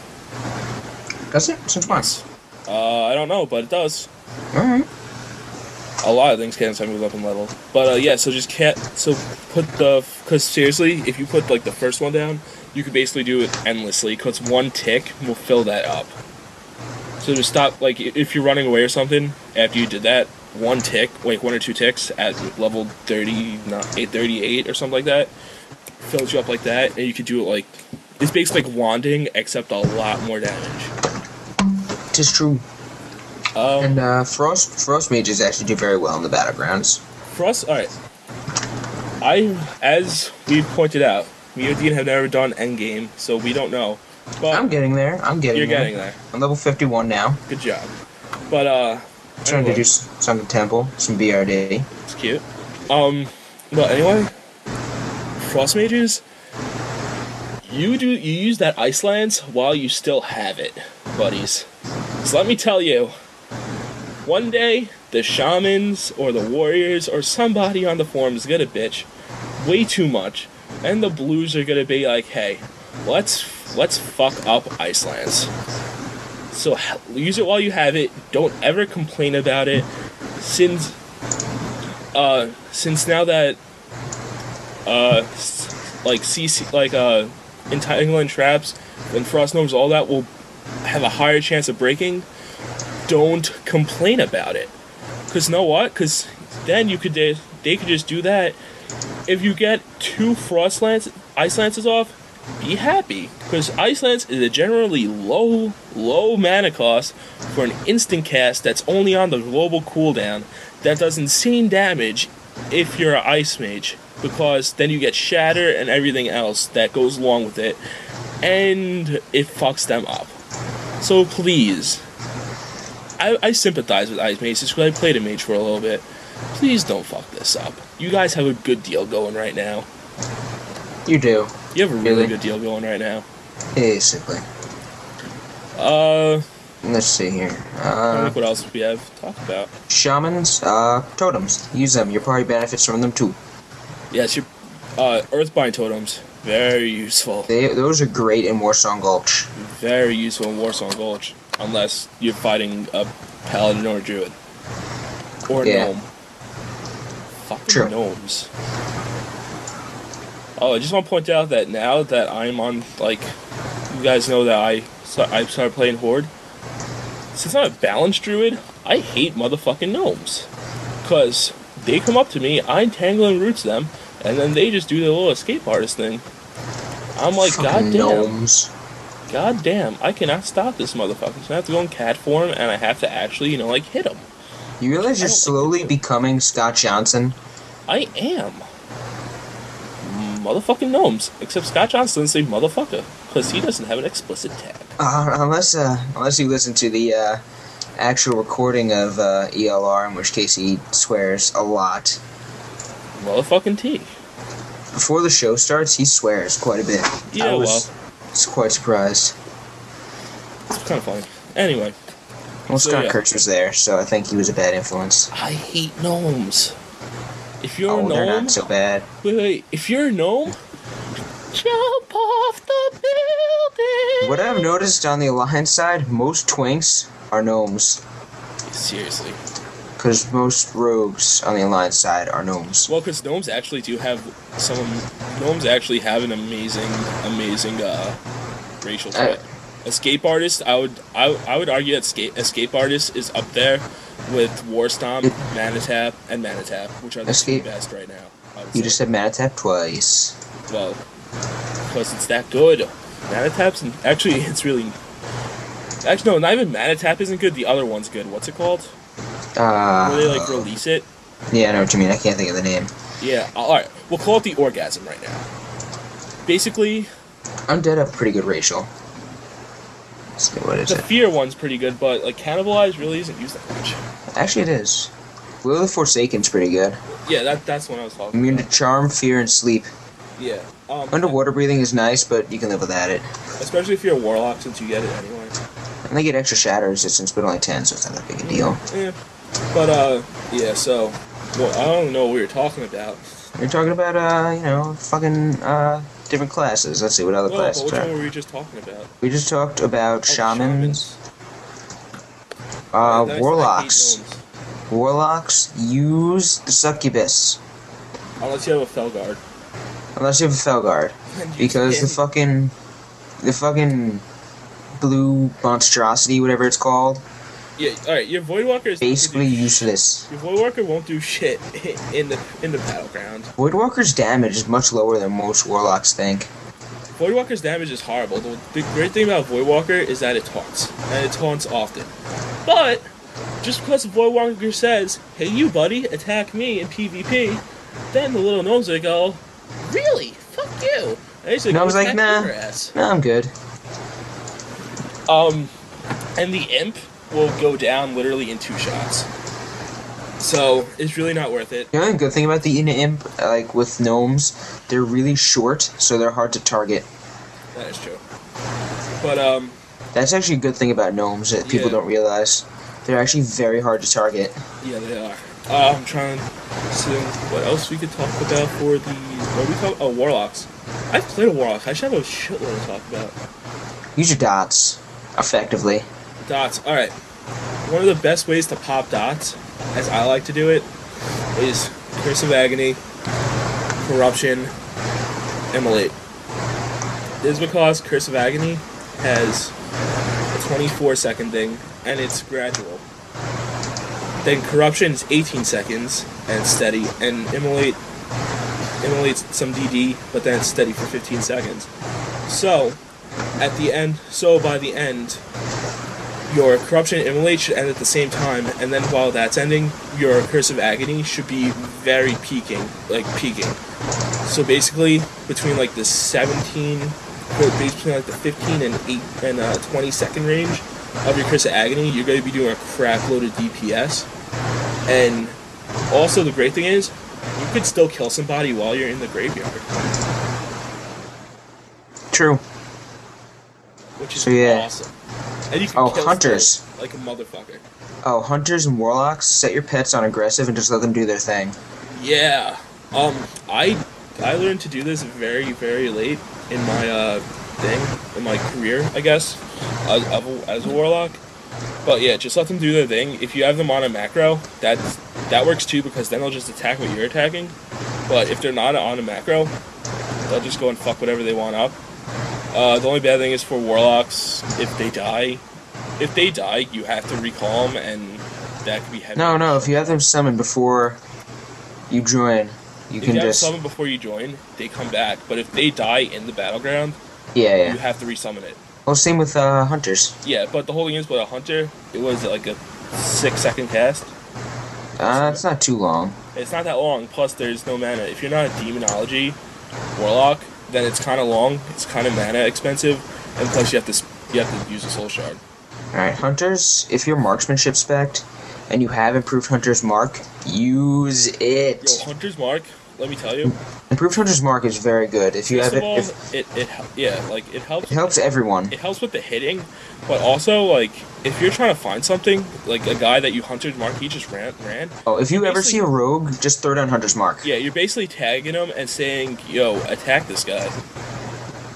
S2: Does it? Since once.
S3: Uh, I don't know, but it does.
S2: Alright.
S3: a lot of things can sometimes move up in level. But uh, yeah, so just can't. So put the because seriously, if you put like the first one down, you could basically do it endlessly because one tick will fill that up. So just stop like i- if you're running away or something after you did that one tick, like one or two ticks at level 30, not 838 or something like that, fills you up like that, and you could do it like it's basically like wanding except a lot more damage.
S2: Tis true.
S3: Um,
S2: And, uh, Frost, Frost mages actually do very well in the battlegrounds.
S3: For us, all right. I, as we pointed out, me and Dean have never done Endgame, so we don't know. But
S2: I'm getting there. I'm getting
S3: uh, you're
S2: there.
S3: getting there.
S2: I'm level 51 now.
S3: Good job. But uh,
S2: Trying to
S3: anyway,
S2: do s- some temple, some BRD.
S3: it's cute. Um, but anyway, Frost Mages, you do you use that Ice Lance while you still have it, buddies. So let me tell you, one day the shamans or the warriors or somebody on the forum is gonna bitch way too much, and the blues are gonna be like, hey, let's let's fuck up Ice Lance. So h- use it while you have it. Don't ever complain about it, since uh, since now that uh, s- like CC like uh, entangling traps and frost gnomes, all that will have a higher chance of breaking. Don't complain about it, cause know what? Cause then you could they, they could just do that, if you get two frost lance ice lances off, be happy because ice lance is a generally low low mana cost for an instant cast that's only on the global cooldown that does insane damage if you're an ice mage because then you get shatter and everything else that goes along with it and it fucks them up. So please, I, I sympathize with ice mages because I played a mage for a little bit. Please don't fuck this up. You guys have a good deal going right now.
S2: You do,
S3: You have a really
S2: Really?
S3: good deal going right now.
S2: basically.
S3: Uh,
S2: Let's see here.
S3: I don't
S2: Uh,
S3: think what else we have to talk about.
S2: shamans, uh, totems. Use them. Your party benefits from them too.
S3: Yes, your uh, earthbind totems. Very useful.
S2: They those are great in Warsong Gulch.
S3: Very useful in Warsong Gulch. Unless you're fighting a paladin or a druid. Or a
S2: Yeah.
S3: gnome. Fucking
S2: True.
S3: gnomes. Oh, I just want to point out that now that I'm on, like, you guys know that I, so I started playing Horde. Since I'm a balanced druid, I hate motherfucking gnomes. Because they come up to me, I entangle and roots them, and then they just do their little escape artist thing. I'm like,
S2: Fucking
S3: Oh goddamn.
S2: gnomes.
S3: God damn, I cannot stop this motherfucker. So I have to go in cat form and I have to actually, you know, like hit him.
S2: You realize
S3: I
S2: you're
S3: don't think
S2: slowly
S3: they do.
S2: becoming Scott Johnson.
S3: I am. Motherfucking gnomes. Except Scott Johnson doesn't say motherfucker. Because he doesn't have an explicit tag.
S2: Uh, unless uh, unless you listen to the uh, actual recording of uh, ELR, in which case he swears a lot.
S3: Motherfucking T.
S2: Before the show starts, he swears quite a bit.
S3: Yeah,
S2: I
S3: well.
S2: was s- quite surprised.
S3: It's kind of funny. Anyway,
S2: Well,
S3: So,
S2: Scott
S3: yeah.
S2: Kurtz was there, so I think he was a bad influence.
S3: I hate gnomes. If you're
S2: oh,
S3: a
S2: they're
S3: gnome,
S2: not so bad.
S3: wait, wait. If you're a gnome, jump off the building.
S2: What I've noticed on the Alliance side, most twinks are gnomes,
S3: Seriously.
S2: because most rogues on the Alliance side are gnomes.
S3: Well, because gnomes actually do have some. Gnomes actually have an amazing, amazing uh, racial threat. escape artist, I would, I, I would argue that escape, escape artist is up there with War Stomp, Manitap, and Manitap, which are the
S2: Escape-
S3: two best right now. I would
S2: You
S3: say.
S2: just said Manatap twice.
S3: well, because it's that good. Manitap's and actually, it's really. Actually, no, not even Manitap isn't good. The other one's good. What's it called?
S2: Uh,
S3: Where they like release it.
S2: yeah, I know what you mean. I can't think of the name.
S3: Yeah. All right. We'll call it the orgasm right now. Basically,
S2: Undead have pretty good racial. Let's see, what is
S3: The
S2: it?
S3: fear one's pretty good, but like cannibalize really isn't used that much.
S2: Actually, it is. Will the Forsaken's pretty good.
S3: Yeah, that that's what I was talking.
S2: Immune to charm, fear, and sleep.
S3: about. Yeah, um,
S2: Underwater breathing is nice, but you can live without it.
S3: especially if you're a warlock, since you get it anyway.
S2: And they get extra shatter resistance, but only 10, so it's not that big a deal.
S3: Yeah, but uh, yeah. So, well, I don't know what we were talking about.
S2: You're talking about, uh, you know, fucking, uh, different classes. Let's see what other
S3: Well, but
S2: classes
S3: which
S2: are.
S3: one were we just talking about? Oh,
S2: We just talked about Oh, shamans, uh,
S3: Yeah, that's- I
S2: warlocks.
S3: hate gnomes.
S2: Warlocks use the succubus,
S3: Unless you have a fell guard.
S2: unless you have a Felguard,
S3: And you
S2: because the
S3: can-
S2: fucking, the fucking blue monstrosity, whatever it's called,
S3: yeah. All right, your voidwalker is
S2: basically
S3: your
S2: useless.
S3: voidwalker won't do shit in the in the battleground.
S2: Voidwalker's damage is much lower than most warlocks think.
S3: Voidwalker's damage is horrible. The, the great thing about Voidwalker is that it taunts, and it taunts often. But just because Voidwalker says, "Hey, you buddy, attack me in PvP," then the little gnomes they go, "Really? Fuck you!" And he's like,
S2: Gnome's like, "Nah."
S3: Your ass.
S2: No, I'm good.
S3: Um, and the imp will go down literally in two shots. So it's really not worth it.
S2: The only good thing about the Ina Imp, like with gnomes, they're really short, so they're hard to target.
S3: That is true. But um,
S2: That's actually a good thing about gnomes that people
S3: Yeah.
S2: don't realize. They're actually very hard to target.
S3: Yeah, they are. Uh, I'm trying to see what else we could talk about for the. What are we talk? Oh, warlocks. I've played a warlock. I should have a shitload to talk about.
S2: Use your dots, effectively.
S3: Dots. All right. One of the best ways to pop dots, as I like to do it, is Curse of Agony, Corruption, Immolate. This is because Curse of Agony has a 24 second thing, and it's gradual. Then Corruption is 18 seconds and steady, and Immolate It only it's some DD, but then it's steady for 15 seconds. So, at the end, so by the end, your corruption and immolate should end at the same time, and then while that's ending, your curse of agony should be very peaking, like peaking. So basically, between like the 17, but between like the 15 and 8 and uh, 20 second range of your curse of agony, you're going to be doing a crap load of DPS. And also, the great thing is, you could still kill somebody while you're in the graveyard,
S2: True.
S3: which is
S2: So, yeah.
S3: awesome. And you can
S2: Oh,
S3: kill
S2: hunters.
S3: somebody like a motherfucker.
S2: Oh, hunters and warlocks, set your pets on aggressive and just let them do their thing.
S3: Yeah. Um, I I learned to do this very very late in my uh thing in my career, I guess, as, of a- as a warlock. But yeah, just let them do their thing. If you have them on a macro, that's that works too because then they'll just attack what you're attacking. But if they're not on a macro, they'll just go and fuck whatever they want up. Uh, the only bad thing is for warlocks, if they die, if they die, you have to recall them, and that could be heavy.
S2: No, no, if you have them summoned before you join, you
S3: If
S2: can
S3: you have
S2: just.
S3: summon before you join, they come back. But if they die in the battleground,
S2: Yeah,
S3: you
S2: yeah.
S3: have to resummon it.
S2: Well, same with uh, hunters.
S3: Yeah, but the whole thing is with a hunter, it was like a six second cast.
S2: Uh, it's not too long.
S3: It's not that long. Plus, there's no mana. If you're not a demonology warlock, then it's kind of long. It's kind of mana expensive, and plus you have to s- you have to use a soul shard.
S2: Alright, hunters, if your marksmanship spec and you have improved hunter's mark, use
S3: Yo,
S2: it.
S3: hunter's mark. Let me tell you.
S2: Improved hunter's mark is very good. If you
S3: First
S2: have
S3: of
S2: it,
S3: all,
S2: if,
S3: it, it hel- yeah, like it helps.
S2: it helps everyone.
S3: it helps with the hitting, but also like if you're trying to find something, like a guy that you hunter's mark, he just ran ran.
S2: Oh, if you ever see
S3: basically-
S2: a rogue, just throw down hunter's mark.
S3: Yeah, you're basically tagging him and saying, "Yo, attack this guy."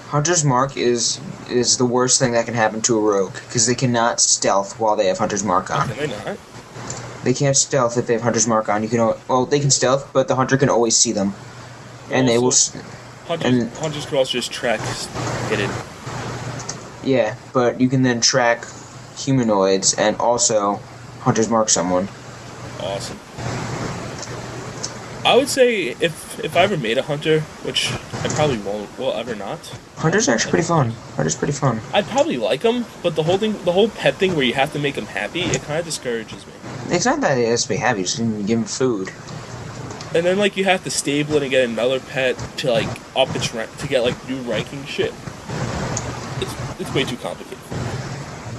S2: Hunter's mark is is the worst thing that can happen to a rogue because they cannot stealth while they have hunter's mark on.
S3: Can they not?
S2: They can't stealth if they have hunter's mark on. You can al- well, they can stealth, but the hunter can always see them, and they will. s-
S3: Also, Hunters,
S2: and-
S3: hunters can also just track hidden.
S2: Yeah, but you can then track humanoids and also hunter's mark someone.
S3: Awesome. I would say if if I ever made a hunter, which I probably won't, will ever not.
S2: Hunter's are actually pretty fun. Hunter's pretty fun.
S3: I'd probably like him, but the whole thing, the whole pet thing where you have to make him happy, it kind of discourages me.
S2: It's not that it has to be happy. You just give him food.
S3: And then like you have to stable it and get another pet to like up its rank to get like new ranking shit. It's, it's way too complicated.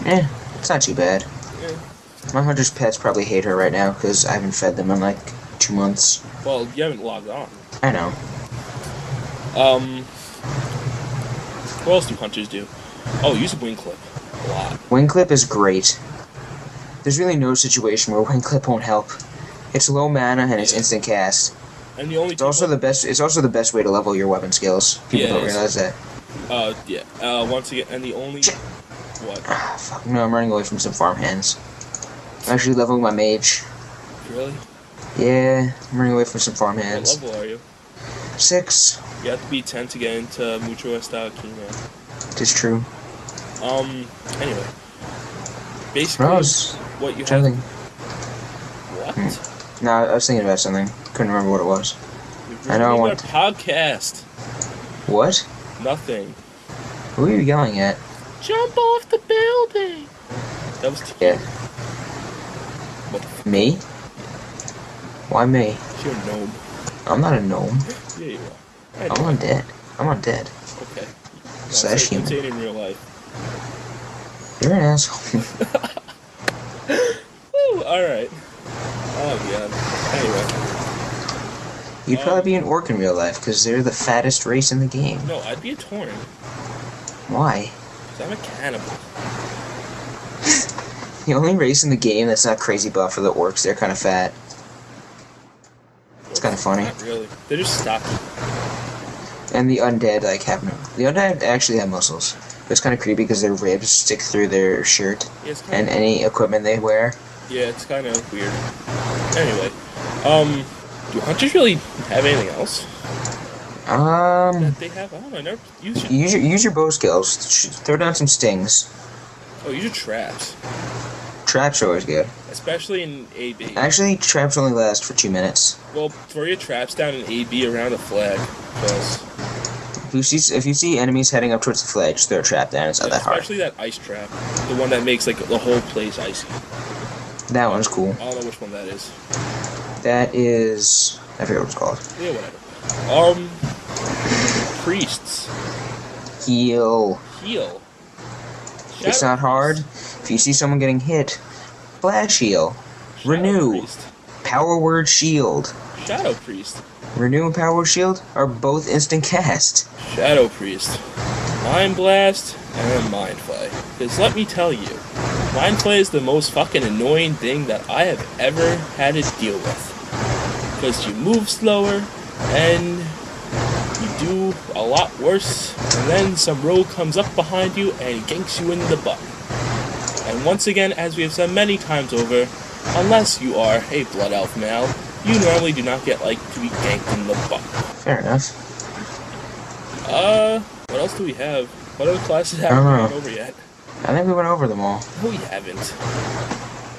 S2: Eh, it's not too bad.
S3: Yeah. Mm.
S2: My hunter's pets probably hate her right now because I haven't fed them in like two months.
S3: Well, you haven't logged on.
S2: I know.
S3: Um, what else do hunters do? Oh, use a wing clip a lot.
S2: Wing clip is great. There's really no situation where wing clip won't help. It's low mana and it's instant cast.
S3: And the only
S2: It's also the best. It's also the best way to level your weapon skills. People
S3: Yeah,
S2: don't
S3: it is.
S2: realize that.
S3: uh yeah uh once again and the only what
S2: Ah, fuck no! I'm running away from some farmhands. I'm actually leveling my mage.
S3: really
S2: Yeah, I'm running away from some
S3: what
S2: farmhands.
S3: level are you?
S2: Six.
S3: You have to be ten to get into mucho esta Aquino.
S2: It's true.
S3: Um, anyway, basically
S2: Rose.
S3: what you have
S2: Something.
S3: what
S2: No, I was thinking about something. Couldn't remember what it was.
S3: We're
S2: I know I
S3: doing
S2: want-
S3: a podcast
S2: What?
S3: nothing
S2: Who are you yelling at?
S3: jump off the building that was t-
S2: Yeah.
S3: what the f-
S2: Me? Why me?
S3: you're a gnome
S2: I'm not a gnome.
S3: yeah you are
S2: I'm
S3: Anyway,
S2: undead. I'm undead.
S3: okay No,
S2: Slash
S3: it's- it's
S2: human.
S3: in real life.
S2: You're an asshole.
S3: Woo, all right. Oh god.
S2: You'd
S3: Um,
S2: probably be an orc in real life because they're the fattest race in the game.
S3: Anyway, no, I'd be a torn.
S2: Why?
S3: Cause I'm a cannibal.
S2: The only race in the game that's not crazy buff are the orcs. They're kind of fat. It's kinda funny.
S3: Not really. They're just stocky.
S2: And the undead like have no. The undead actually have muscles. But it's kind of creepy because their ribs stick through their shirt
S3: Yeah, it's kind
S2: and
S3: of,
S2: any equipment they wear.
S3: yeah, it's kind of weird. Anyway, um, do hunters really have anything else
S2: Um,
S3: that they have? I don't know. I never use your,
S2: use your use your bow skills. Sh- Throw down some stings.
S3: oh, use your traps.
S2: Trap's always good.
S3: especially in AB.
S2: Actually, traps only last for two minutes.
S3: Well, throw your traps down in AB around the flag. 'cause-
S2: If you see if you see enemies heading up towards the flag, just throw a trap down. It's not that hard.
S3: especially that ice trap, the one that makes like the whole place icy.
S2: That one's cool.
S3: I don't know which one that is.
S2: That is I forget what it's called.
S3: Yeah, whatever. Um, priests
S2: Heal.
S3: heal.
S2: It's
S3: Shadow
S2: not hard.
S3: priest.
S2: If you see someone getting hit, flash heal.
S3: Shadow
S2: Renew.
S3: priest.
S2: Power word shield.
S3: Shadow priest.
S2: Renew and power word shield are both instant cast.
S3: Shadow Priest, Mind Blast, and Mind Play. Because let me tell you, Mind Play is the most fucking annoying thing that I have ever had to deal with. Because you move slower, and you do a lot worse, and then some rogue comes up behind you and ganks you in the butt. And once again, as we have said many times over, unless you are a Blood Elf male, you normally do not get like to be ganked in the butt.
S2: Fair enough.
S3: Uh, what else do we have? What other classes haven't
S2: I don't
S3: gone over yet?
S2: I think we went over them all.
S3: No, we haven't.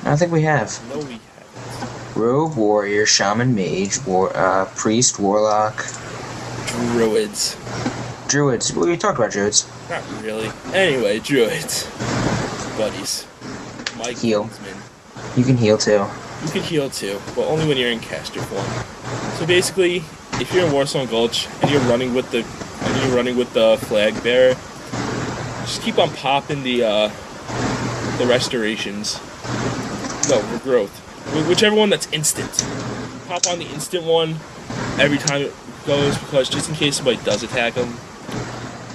S2: I don't think we have.
S3: No, we haven't.
S2: Rogue warrior, shaman, mage, war, uh, priest, warlock,
S3: Druids.
S2: druids. We talked about druids.
S3: Not really. Anyway, druids. Buddies. Mike
S2: Heal.
S3: Kingsman.
S2: You can heal too.
S3: You can heal too, but only when you're in caster form. So basically, if you're in Warzone Gulch and you're running with the and you're running with the flag bearer, just keep on popping the uh, the restorations. No, regrowth. Wh- Whichever one that's instant. Pop on the instant one every time it goes because just in case somebody does attack them,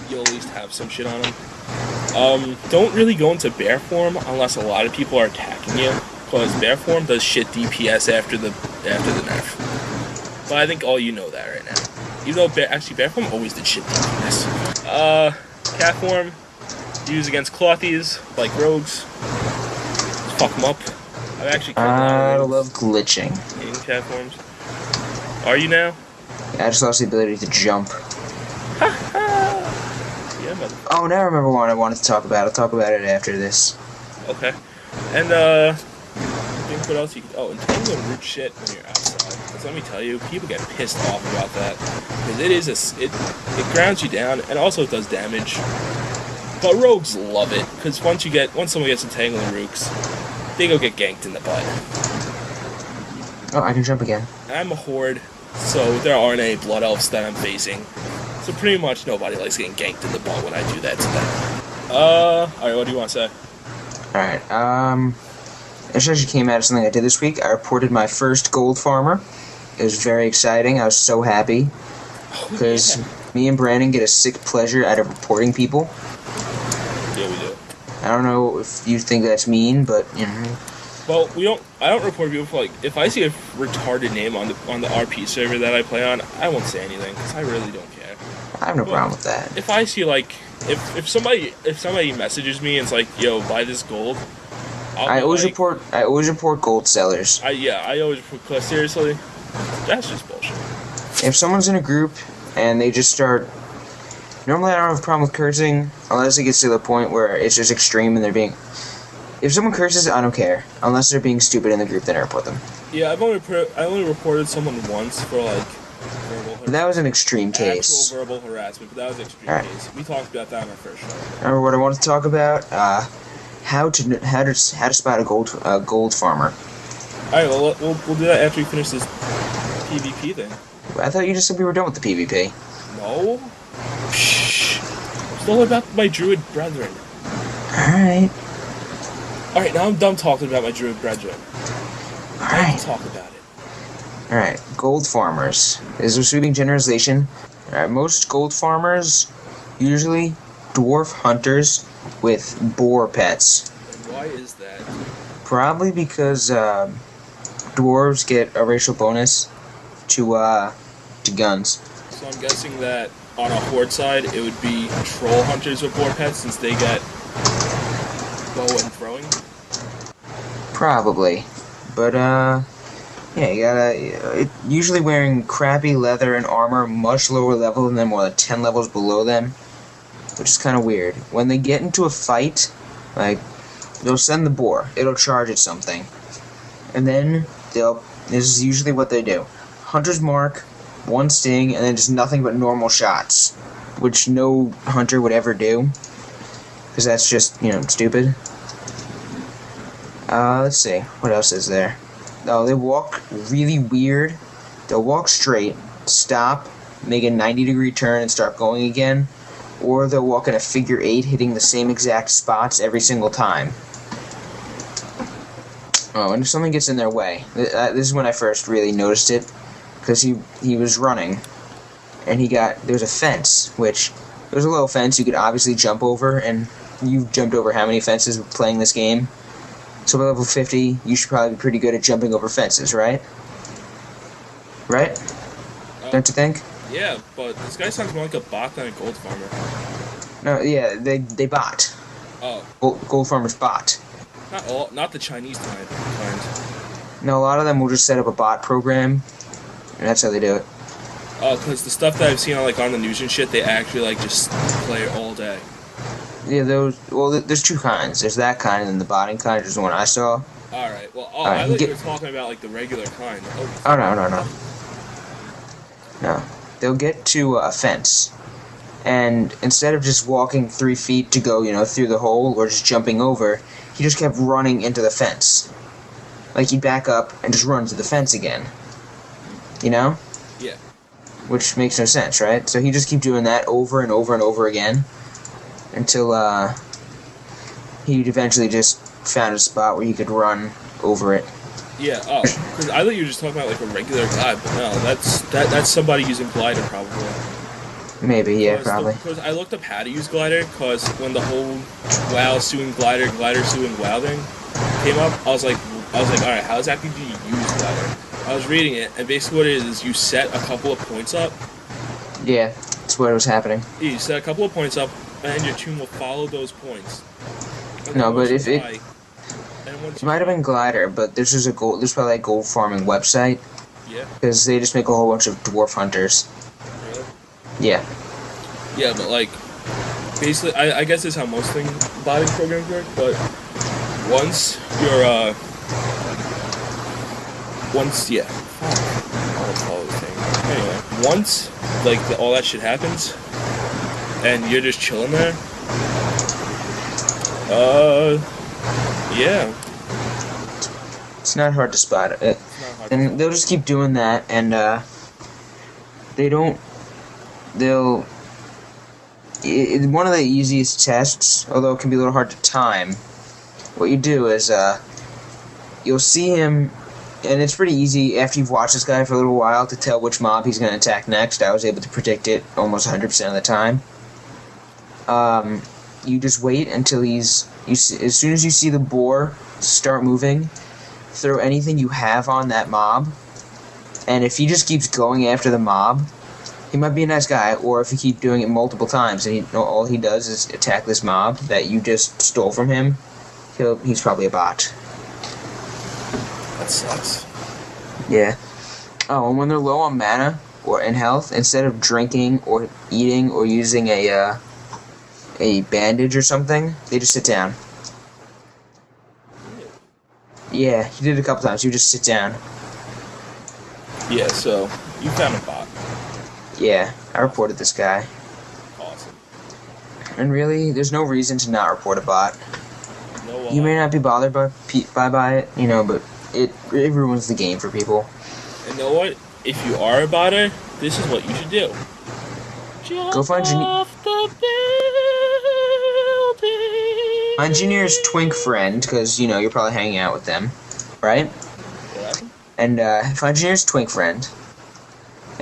S3: you'll at least have some shit on them. Um, don't really go into bear form unless a lot of people are attacking you, because bear form does shit DPS after the after the nerf. But I think all you know that right now. Even though bear, actually bear form always did shit DPS. Uh, cat form, use against clothies like rogues. Fuck them up. I've actually killed a lot
S2: I
S3: of rogues
S2: love glitching.
S3: in cat forms. Are you now?
S2: I just lost the ability to jump.
S3: Yeah, mother.
S2: Oh, now I remember one I wanted to talk about. I'll talk about it after this.
S3: Okay. And uh, I think what else you could? Oh, and tell you rude shit when you're outside. 'Cause let me tell you, people get pissed off about that because it is a s- it it grounds you down and also it does damage. But rogues love it because once you get once someone gets entangled in rooks, they go get ganked in the butt.
S2: Oh, I can jump again.
S3: I'm a horde, so there aren't any blood elves that I'm facing. So pretty much nobody likes getting ganked in the butt when I do that to them. Uh, alright, what do you want to say?
S2: Alright, um. This actually came out of something I did this week. I reported my first gold farmer. It was very exciting. I was so happy. Because me and Brandon get a sick pleasure out of reporting people.
S3: Yeah, we do.
S2: I don't know if you think that's mean, but, you know.
S3: Well, we don't. I don't report people for like if I see a retarded name on the on the RP server that I play on, I won't say anything because I really don't care.
S2: I have no problem with that.
S3: If I see like if if somebody if somebody messages me and it's like, yo, buy this gold, I'll
S2: I
S3: be
S2: always
S3: like-
S2: report. I always report gold sellers.
S3: I yeah, I always report. Cause seriously, that's just bullshit.
S2: If someone's in a group and they just start, normally I don't have a problem with cursing unless it gets to the point where it's just extreme and they're being. If someone curses, I don't care unless they're being stupid in the group. Then I report them.
S3: Yeah, I've only repro- I only reported someone once for like verbal har-
S2: But that was an extreme
S3: actual
S2: case.
S3: verbal harassment, but that was extreme
S2: Alright.
S3: case. We talked about that on our first show.
S2: Remember what I wanted to talk about? Uh, how to kn- how to how to spot a gold uh, gold farmer.
S3: All right, well we'll, we'll do that after we finish this PvP thing.
S2: I thought you just said we were done with the PvP.
S3: No. Shh. Still about my druid brethren.
S2: All right,
S3: All right, now I'm done talking about my druid brethren.
S2: all
S3: Now we
S2: right.
S3: talk about it.
S2: Alright, gold farmers. This is a sweeping generalization. Alright, most gold farmers usually dwarf hunters with boar pets.
S3: And why is that?
S2: Probably because um dwarves get a racial bonus to uh, to guns.
S3: So I'm guessing that on a horde side, it would be troll hunters with boar pets since they get bow and throwing.
S2: Probably. But uh, yeah, you gotta. It, usually wearing crappy leather and armor much lower level than them or like 10 levels below them, which is kind of weird. When they get into a fight, like They'll send the boar. It'll charge at something, and then they'll. This is usually what they do: hunter's mark, one sting, and then just nothing but normal shots, which no hunter would ever do, because that's just you know stupid. Uh, let's see what else is there. Oh, they walk really weird. They'll walk straight, stop, make a 90 degree turn, and start going again. Or they'll walk in a figure eight, hitting the same exact spots every single time. Oh, and if something gets in their way, th- uh, this is when I first really noticed it, because he he was running, and he got there's a fence, which there's a little fence you could obviously jump over, and you've jumped over how many fences playing this game? So by level 50, you should probably be pretty good at jumping over fences, right? Right? Don't you think?
S3: Yeah, but this guy sounds more like a bot than a gold farmer.
S2: No, yeah, they they bot.
S3: Oh,
S2: Gold, gold farmers bot.
S3: not all, not the Chinese kind. kind.
S2: Now a lot of them will just set up a bot program, and that's how they do it.
S3: Oh, because the stuff that I've seen on like on the news and shit, they actually like just play all day.
S2: Yeah, those. Well, th- there's two kinds. There's that kind, and then the botting kind, which is the one I saw.
S3: All right. Well, oh,
S2: right,
S3: I thought
S2: get-
S3: you were talking about like the regular kind. Oh,
S2: Oh no, no, no. No, they'll get to a fence, and instead of just walking three feet to go, you know, through the hole or just jumping over, he just kept running into the fence. Like he'd back up and just run to the fence again. You know,
S3: yeah.
S2: which makes no sense, right? So he just keep doing that over and over and over again, until uh, he'd eventually just found a spot where he could run over it.
S3: Yeah, oh, 'cause I thought you were just talking about like a regular guy, but no, that's that that's somebody using glider probably.
S2: Maybe, yeah, probably.
S3: Because I looked up how to use glider, cause when the whole WoW suing glider, glider suing WoW thing came up, I was like, I was like, all right, how exactly do you use glider? I was reading it, and basically what it is is you set a couple of points up.
S2: Yeah, that's what was happening.
S3: yeah, You set a couple of points up, and your tune will follow those points. And
S2: No,
S3: then once
S2: but if
S3: you
S2: it-
S3: die- and once
S2: It might have been Glider, but this is a gold. This is probably a gold farming website
S3: you- yeah,
S2: because they just make a whole bunch of dwarf hunters.
S3: really.
S2: Yeah,
S3: Yeah, but like, basically, I, I guess that's how most thing body programs work. But once you're, uh, once yeah, I don't follow the thing. Anyway, once like the, all that shit happens, and you're just chilling there. Uh, yeah.
S2: it's not hard to spot it,
S3: It's not hard.
S2: and they'll just keep doing that, and uh, they don't. They'll. It, it- one of the easiest tests, although it can be a little hard to time. What you do is uh, you'll see him, and it's pretty easy after you've watched this guy for a little while to tell which mob he's going to attack next. I was able to predict it almost 100% of the time. Um, you just wait until he's you s as soon as you see the boar start moving, throw anything you have on that mob, and if he just keeps going after the mob, he might be a nice guy. Or if you keep doing it multiple times and he, all he does is attack this mob that you just stole from him, he'll he's probably a bot.
S3: That sucks.
S2: Yeah. Oh, and when they're low on mana or in health, instead of drinking or eating or using a uh, a bandage or something, they just sit down. Yeah, he did it a couple times. You just sit down.
S3: Yeah. So you found a bot.
S2: Yeah, I reported this guy.
S3: Awesome.
S2: And really, there's no reason to not report a bot.
S3: No. Uh,
S2: You may not be bothered by pe- by, by it, you know, but it, it ruins the game for people.
S3: You know what? If you are a botter, this is what you should do.
S2: Go find your-
S3: off the building.
S2: My engineer's twink friend, because, you know, you're probably hanging out with them, right?
S3: What happened?
S2: and uh, find Engineer's twink friend,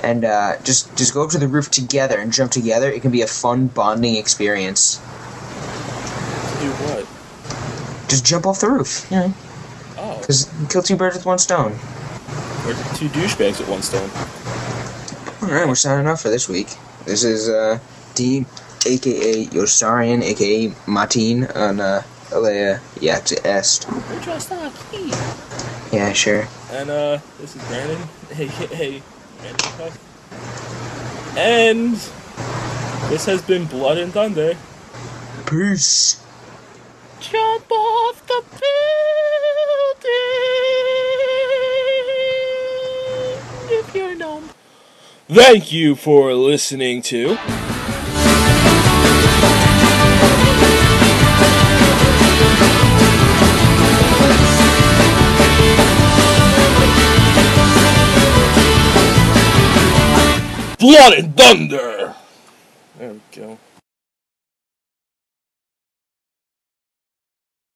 S2: and uh, just just go up to the roof together and jump together. It can be a fun bonding experience.
S3: Do what?
S2: Just jump off the roof, you know,
S3: Oh,
S2: because kill two birds with one stone.
S3: we're two douchebags at one stone.
S2: All right, we're signing off for this week. This is uh, D, aka Yosarian, aka Martin, on uh, Alea Yax Est.
S3: Would y'all stop, please?
S2: Yeah, sure.
S3: And uh, this is Brandon. Hey, hey, hey, Brandon Puff. And this has been Blood and Thunder.
S2: Peace.
S4: Jump off the building if you're no
S3: Thank you for listening to. Blood and Thunder! There we go.